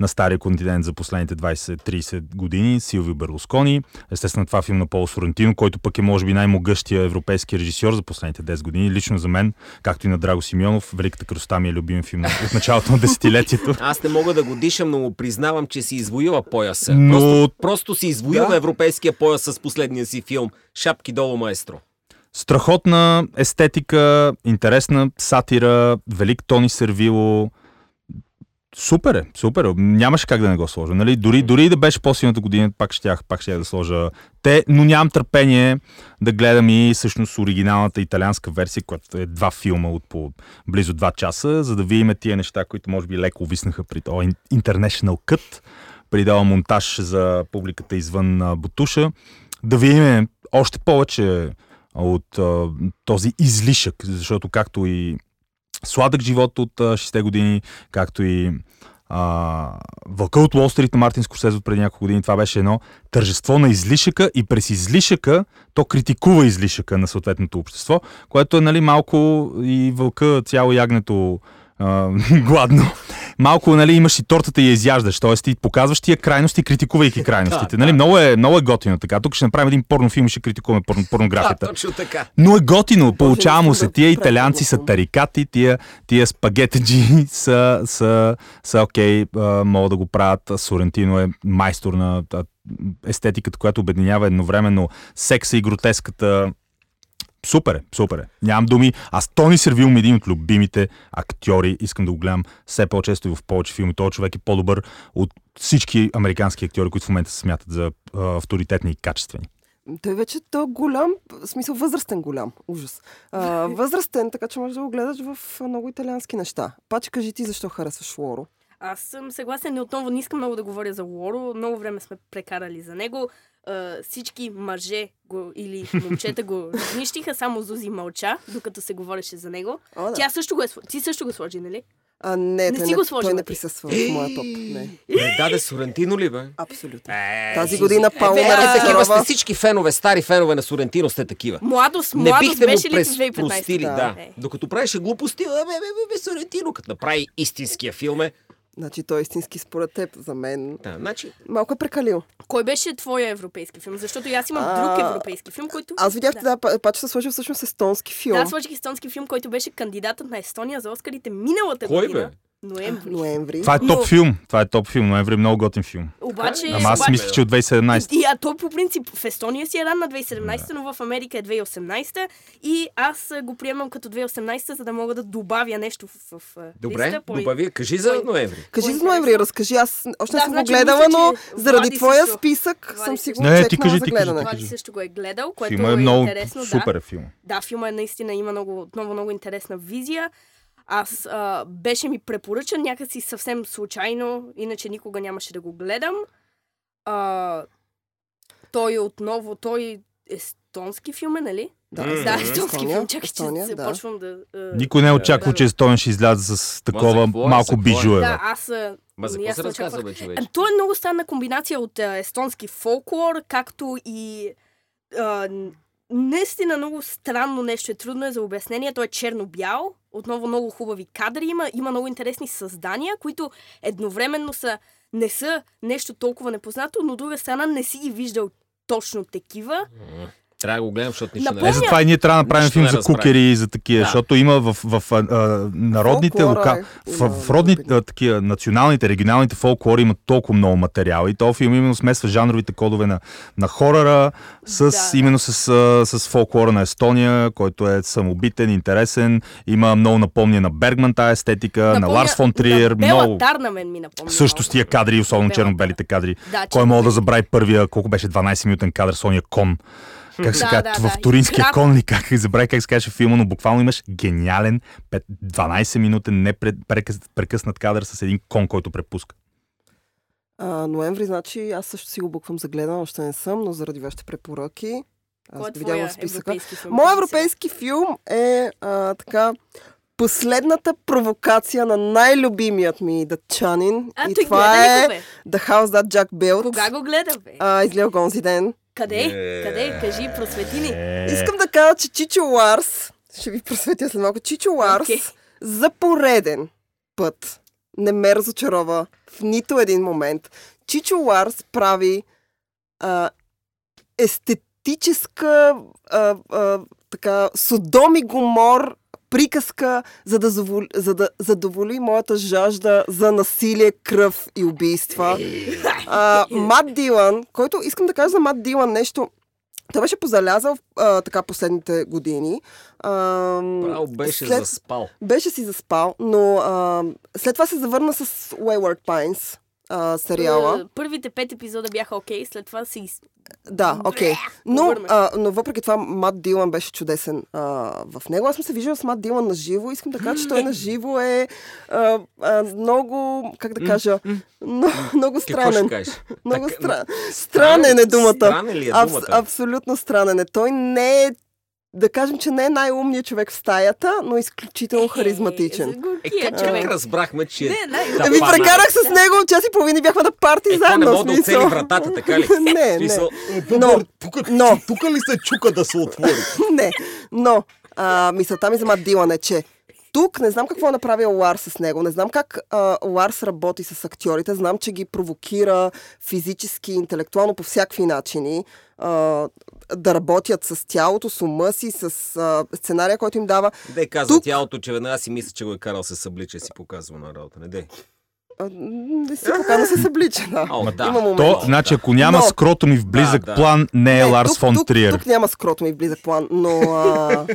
на Стария континент за последните 20-30 години, Силвио Берлускони. Естествено, това е филм на Пол Сорентино, който пък е, може би, най-могъщия европейски режисьор за последните 10 години. Лично за мен, както и на Драго Симеонов, Великата красота ми е любим филм от началото на десетилетието.
Аз не мога да го дишам, но му признавам, че си извоюва пояса.
Но-
Просто, просто си извоюва
Да.
европейския пояс с последния си филм. Шапки долу, маестро.
Страхотна естетика, интересна сатира, велик Тони Сервило. Супер е, супер е. Нямаше как да не го сложа. Нали? Дори, дори и да беше по-силната година, пак щях, пак щях да сложа те, но нямам търпение да гледам и всъщност оригиналната италианска версия, която е два филма от по близо два часа, за да видим тия неща, които може би леко виснаха при този International Cut, придава монтаж за публиката извън а, Бутуша. Да видим още повече от а, този излишък, защото както и Сладък живот от а, 6-те години, както и а, Вълка от Уолстрит на Мартин Скорсез от преди няколко години, това беше едно тържество на излишъка и през излишъка то критикува излишъка на съответното общество, което е нали, малко и Вълка цяло ягнето а, гладно. Малко, нали, имаш и тортата и я изяждаш, т.е. ти показваш тия крайности, критикувайки крайностите. нали, много е, много е готино така. Тук ще направим един порнофилм и ще критикуваме порно,
Да,
порнографията.
точно така.
Но е готино, получава му се.
да
Тия
правим
италианци са
готино.
тарикати, тия, тия спагетеджи са, са, са окей, а, могат да го правят. Сорентино е майстор на а, естетиката, която обединява едновременно секса и гротеската. Супер е, супер е. Нямам думи. Аз Тони Сервилм е един от любимите актьори. Искам да го гледам все по-често и в повече филми. Той човек е по-добър от всички американски актьори, които в момента се смятат за а, авторитетни и качествени.
Той вече е то голям, в смисъл възрастен голям, ужас. А, възрастен, така че можеш да го гледаш в много италиански неща. Паче кажи ти защо харесваш Лоро.
Аз съм съгласен и отново не искам много да говоря за Лоро. Много време сме прекарали за него. А, всички мъже го, или момчета го разнищиха, само Зузи мълча, докато се говореше за него.
О, да.
Тя също го е сл- Ти също го сложи, нали?
А, не,
Не
той
си
не,
го сложила
той не
ти.
присъства в моя топ. Не,
Не Е, даде Сорентино ли, бе?
абсолютно.
Е,
Тази
си-
година Паола
Е, бе, а, такива сте
разочарова.
всички фенове, стари фенове на Сорентино сте такива.
Младост,
Не
младост
бихте му
беше ли ти 2015?
простили, да.
Е.
Докато правеше глупости, а, бе, бе, бе, бе, Сорентино, като направи истинския филм е.
Значи той е истински според теб, за мен.
Да, значи,
Малко е прекалил.
Кой беше твоя европейски филм? Защото и аз имам
А,
друг европейски филм, който...
Аз видях, да, да паче се сложи всъщност естонски филм.
Да, сложих естонски филм, който беше кандидатът на Естония за Оскарите миналата
кой бе?
година. Ноември.
Ноември.
Това е
Но-
топ филм. Това е топ филм. Ноември е много готин филм.
Обаче...
Е,
Ама аз
обаче-
слаб,
мисля, че от 2017.
И, а той по принцип в Естония си е ранна 2017, но в Америка е 2018 и аз а, го приемам като 2018, за да мога да добавя нещо в, в а,
Добре,
листа. по-
добави, кажи за
кой-
ноември.
Кажи
Кой
за ноември,
харесва?
разкажи. Аз още не
Да,
съм го
значи
гледала,
мисля,
но
че
заради
Влади
твоя
също.
списък
Влади
съм си
също.
го
Не, ти
чекнала
кажи,
за
ти кажи,
гледане.
ти
Влади също го е гледал, което
Филма е
е
много
интересно.
супер е филм.
Да. да, филма е наистина има много, отново много интересна визия. Аз а, беше ми препоръчан някакси съвсем случайно, иначе никога нямаше да го гледам. А, той отново, той естонски филм е, нали?
Да,
М,
Да,
Мгм.
естонски филм, чакай, че
Естония,
се
да.
почвам да... а,
Никой не е очаквал,
да.
че Стоен ще изляза с такова
какво е,
малко
за какво е?
бижуе.
Да,
бе.
аз... а,
Ма за
не,
какво
Ами аз
се
не
разказва,
очаквах.
бе,
Ем,
човече?
То е много странна комбинация от а, естонски фолклор, както и... А, н- наистина много странно нещо е, трудно е за обяснение. Той е черно-бял, отново много хубави кадри има, има много интересни създания, които едновременно са, не са нещо толкова непознато, но от друга страна не си ги виждал точно такива.
Трябва да го гледам, защото нищо не
Е,
Напомня-
разбирам.
затова и ние трябва да направим
Нищо
филм
не
за
разбрах.
кукери и за такива,
Да.
защото има в, в, а, а, народните
Фолклора
лока...
е.
В,
Има
в родните,
любопитно.
а, такива, националните, регионалните фолклори имат толкова много материал и този филм именно смесва жанровите кодове на, на хорора с,
Да.
именно с, а, с фолклора на Естония, който е самобитен, интересен, има много напомня на Бергман тая естетика, на Ларс фон Триер,
на Бела
много...
Дар на мен ми напомня.
Също е с
малко.
тия кадри, особено
Белата.
черно-белите кадри.
Да,
Кой мога да забрави първия, колко беше 12-минутен кадър, Соня Кон. Как се
Да,
казва,
да,
в
да.
Туринския
Крак.
кон ли как забрави как се каже филма, но буквално имаш гениален пет- 12-минутен непрекъснат кадър с един кон, който препуска.
А, ноември, значи аз също си го буквам за гледане, още не съм, но заради вашите препоръки. Аз
Кой е
го видях
твоя
в списъка.
европейски филм?
Моят
Кажи сега.
европейски филм е а, така последната провокация на най-любимият ми датчанин.
А,
и
той
това
гледа ли
е
го, бе?
The House That Jack Built.
Кога го гледа, бе?
А, излег онзи ден.
Къде?
Е.
Къде? Кажи, просвети ни.
Е,
Искам да кажа, че Чичо Ларс, ще ви просветя след малко, Чичо Ларс
Окей.
за пореден път не ме разочарова в нито един момент. Чичо Ларс прави а, естетическа а, а, така содом и гомор приказка, за да, заволи, за да задоволи моята жажда за насилие, кръв и убийства. А, Мат Дилан, който искам да кажа за Мат Дилан нещо. Той беше позалязал а, така последните години. А,
Право беше
след,
заспал.
беше си заспал, но а, след това се завърна с Wayward Pines а, сериала.
Е, Първите пет епизода бяха окей, след това се из...
Да, окей. Okay. Но,
Обърнах.
а, но въпреки това Мат Дилан беше чудесен а, в него. Аз съм се виждала с Мат Дилан на живо. Искам да кажа, че той на живо е а, а, много, как да кажа, много, много
Какво ще
странен.
кажеш?
Много
Така,
стра... странен е думата.
Странен ли е
Абс,
думата?
абсолютно странен е. Той не е, да кажем, че не е най-умният човек в стаята, но е изключително харизматичен.
Е,
Е,
как,
човек.
как разбрахме, че...
Не, най- Ами
Да,
Еми,
пана.
прекарах с него час и половина и бяхме на парти
Е, това не
заедно.
мога да
в смисъл.
оцели вратата, така ли?
не, не.
Смисъл,
Е,
Но, но,
Тук ли се чука да се отвори?
Не, но а, мисълта ми за Мат Дилан е, че тук не знам какво е направил Ларс с него. Не знам как а, Ларс работи с актьорите. Знам, че ги провокира физически, интелектуално, по всякакви начини. А, да работят с тялото, с ума си, с а, сценария, който им дава.
Де казва
Тук-
тялото, че веднага си мисля, че го е карал с събличе, си показва на работа. Не дей.
А, не си покана се събличена.
О, да.
Има момент.
О,
То,
да.
значи, ако няма
Но-
скротом и в близък
Да, да.
план, не е Ларс
тук,
фон
тук,
Триер.
Тук няма скрото ми в близък план, но... А,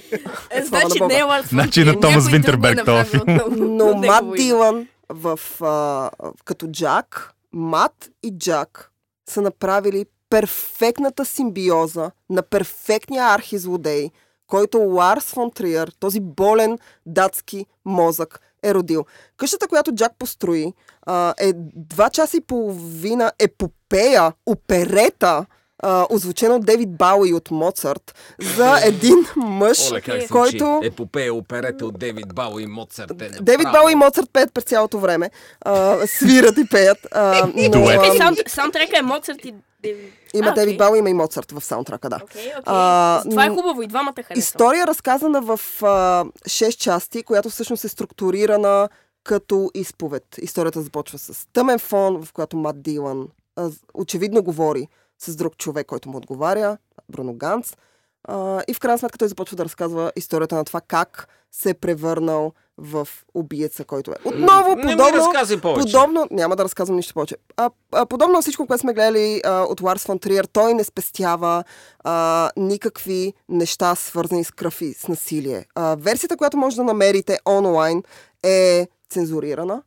Е,
слава на
Значи
Бога.
не е Ларс фон
Значи на
Триер,
Томас
някой друг го е
Винтерберг този
направил отново.
Но
Негово
Мат
име.
Дилан в, а, като Джак, Мат и Джак са направили перфектната симбиоза на перфектния архизлодей, който Ларс фон Триер, този болен датски мозък, е родил. Къщата, която Джак построи, а, е два часа и половина епопея, оперета, а, озвучена от Девид Бауи от Моцарт, за един мъж,
Оле, как се
който...
който... Епопея, оперета от Девид Бао и Моцарт. Е
Девид Бауи и Моцарт пеят през цялото време. А, свират и пеят.
Е,
А, но,
Дует.
а,
Чакай, саунд- саундтрека е Моцарт и... Деви-
има
А, окей.
Девид Бауи, има и Моцарт в саундтрака, да.
Окей, окей.
А,
Това е
м,
хубаво и двамата харесвам.
История разказана в а, 6 части, която всъщност е структурирана като изповед. Историята започва с тъмен фон, в която Мат Дилан а, з- очевидно говори с друг човек, който му отговаря, Бруно Ганц. А, и в крайна сметка той започва да разказва историята на това как се е превърнал в убиеца, който е. Отново,
Не ми
подобно,
разказвай повече.
Подобно, няма да разказвам нищо повече. А, а, подобно на всичко, което сме гледали а, от Ларс фон Триер, той не спестява а, никакви неща, свързани с кръв и с насилие. А, версията, която може да намерите онлайн, е цензурирана.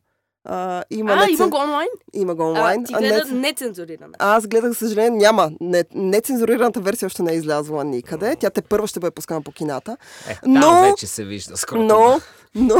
А, има,
А,
нецен-
има го онлайн?
има го онлайн.
А, ти
а, не-
гледа нецензурирана.
аз гледах, за съжаление, няма. Не, нецензурираната версия още не е излязла никъде. Тя те първо ще бъде пускана по кината.
Е, там
но-
вече се вижда скоро.
Но, но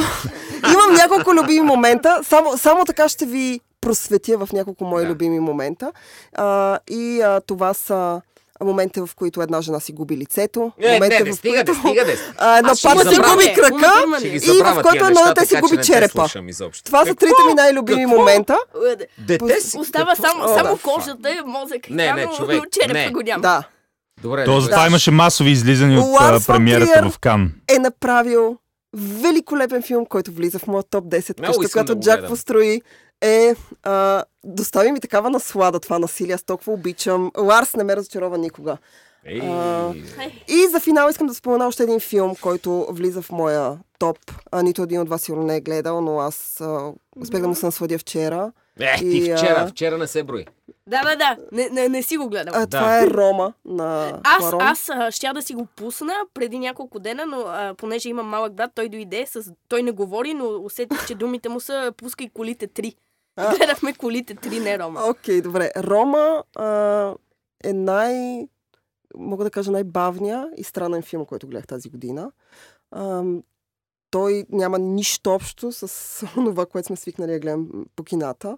имам няколко любими момента. Само, само така ще ви просветя в няколко мои
Да.
любими момента. А, и а, това са момента, в които една жена си губи лицето.
Е, Не, не,
момента,
не,
в
стига,
които
не, стига, не.
А, едно
Аз ще
пак
ги
си
забравя.
губи крака.
Умът
Ще
има
ги
ли?
за-
забравя
в който
тия
едно
неща,
дете си
така че
губи
не те
черепа.
слушам изобщо. Е,
Това са трите ми най-любими
Какво?
момента.
Е,
Дете си...
Остава
какво?
само,
О,
само
да.
кожата, мозък,
Не, не,
само
човек,
черепа
не.
го няма.
Да.
Добре,
То,
добре.
затова имаше масови излизания от а,
Ларс фон
премиерата
Триер.
в Кан.
Е направил великолепен филм, който влиза в моя топ 10.
Много
Къща,
искам да
която
го
Джак
гледам.
построи е... А, достави ми такава наслада това насилие. Аз толкова обичам. Ларс не ме разочарова никога.
Ей,
А, И за финал искам да спомена още един филм, който влиза в моя топ. А, нито един от вас сигурно не е гледал, но аз а, успях да му се насладя вчера.
Е, ти
и, а,
вчера, вчера не се брои.
Да, да, да. Не, не, не си го гледам.
А,
Да.
Това е Рома на
Аз,
Куарон.
аз а, щях да си го пусна преди няколко дена, но а, понеже имам малък брат, той дойде с... Той не говори, но усетих, че думите му са пускай колите 3.
А.
Гледахме колите 3, не Рома.
Окей, добре. Рома а, е най... Мога да кажа най-бавния и странен филм, който гледах тази година. А, той няма нищо общо с това, което сме свикнали да гледам по кината.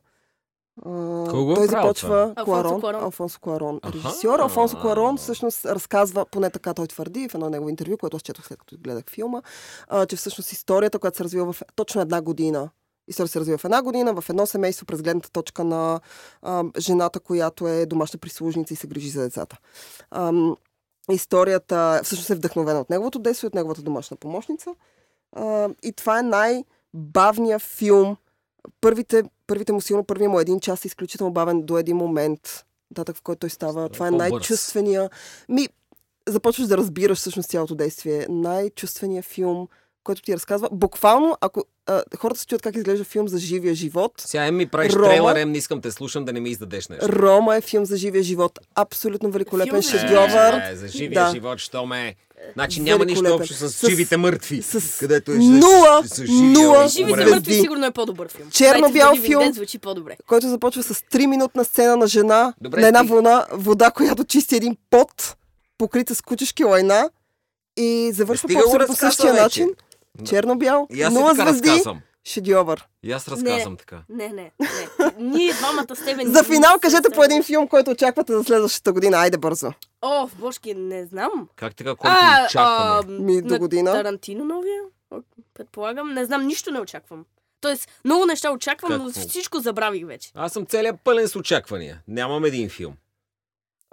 А,
Кой го е
той
правил
започва
това? Алфонсо
Куарон,
Куарон.
Алфонсо Куарон.
Аха.
Режисьор Алфонсо Куарон всъщност разказва, поне така той твърди в едно негово интервю, което аз четох след като гледах филма, а, че всъщност историята, която се развива в точно една година, историята се развива в една година, в едно семейство през гледната точка на а, жената, която е домашна прислужница и се грижи за децата. Ам, историята всъщност е вдъхновена от неговото детство и от неговата домашна помощница. А, и това е най-бавния филм. Първите, първите му, силно първият му един час е изключително бавен до един момент, датък в който той става.
Става
това е
по-бърз.
най-чувствения. Ми, започваш да разбираш всъщност цялото действие. Най-чувствения филм, който ти разказва. Буквално, ако а, хората се чуят как изглежда филм за живия живот,
Сега е ми правиш
Рома?
трейлър, ем не искам те слушам да не ми издадеш нещо.
Рома е филм за живия живот. Абсолютно великолепен
Филм за
шедьовър.
Е, за живия
Да.
живот, що ме... Значи няма нищо
великолепен.
общо с,
С-
чивите мъртви,
с
където е
нула,
с, с, с живия
нула
Живи за
умрел.
звезди.
мъртви сигурно е по-добър филм.
Черно-бял
Дайте да видим
филм.
ден, звучи по-добре.
който започва с 3-минутна сцена на жена
Добре,
на една
стига.
вълна, вода, която чисти един пот, покрита с кучешки лайна и завършва
Стига го
по, по
разказва
същия
вече.
начин. Черно-бял,
И аз
нула
и така
звезди,
разказвам.
шедьовър.
И аз
Не.
разказвам така.
Не, не, не. Ние двамата с тебе...
За финал кажете по един филм, който очаквате за следващата година. Айде бързо.
О, бошки, не знам.
Как така, който
А,
очакваме?
ам,
Ми, до
на
година.
Тарантино новия? О, Предполагам. Не знам, нищо не очаквам. Тоест, много неща очаквам, но
Какво?
всичко забравих вече.
Аз съм целият пълен с очаквания. Нямам един филм.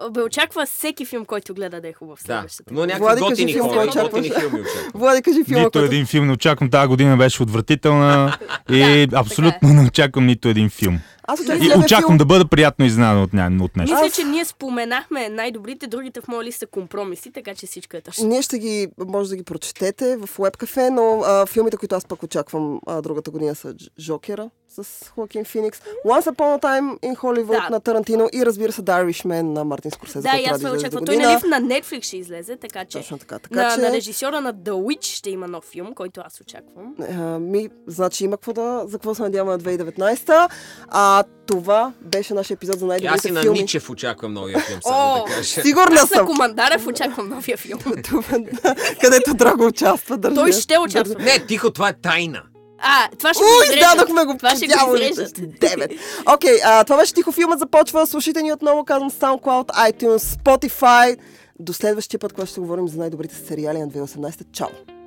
О, Бе, очаква всеки филм, който гледа да е хубав
Да.
следващата.
Но някакви
Влади, кажи
готини
филм,
хора,
кой
и готини
очакваш?
филми очаквам.
Влади, кажи филма,
Нито
който...
един филм не очаквам. Тази година беше отвратителна и
Да,
абсолютно не очаквам нито един филм.
Аз
И
очаквам
очаквам
филм.
да бъда приятно изненадан от, ня- от нещо.
Мисля,
Аз-
че ние споменахме най-добрите, другите в моя лист са компромиси, така че всичко е точно.
Ние ще ги, може да ги прочетете в WebCafe, но а, филмите, които аз пък очаквам а, другата година са Дж- Жокера с Хоакин Феникс, Once Upon a Time in Hollywood
Да.
на Тарантино и разбира се The Irishman на Мартин Скорсезе,
Да,
който
и аз това
трябва да излезе до
очаквам. Той
година.
нали на Netflix ще излезе, така че...
Точно така. Така
На,
че...
на режисьора на The Witch ще има нов филм, който аз очаквам.
А, ми, значи има какво да, за какво се надяваме на 2019. А това беше нашия епизод за
И Аз
най-добрите
и на
филми.
Ничев очаквам новия филм, само
О,
да кажа.
Сигурна
Аз на
съм,
Командарев очаквам новия филм.
където Драго участва. Държа.
Той ще участва.
Не, тихо, това е тайна.
А, това ще
Уй,
го изрежат.
издадохме го
Това ще го изрежат.
Девет. Окей, а, това беше Тихо филмът започва. Слушайте ни отново, казвам SoundCloud, iTunes, Spotify. До следващия път, когато ще говорим за най-добрите сериали на 2018. Чао!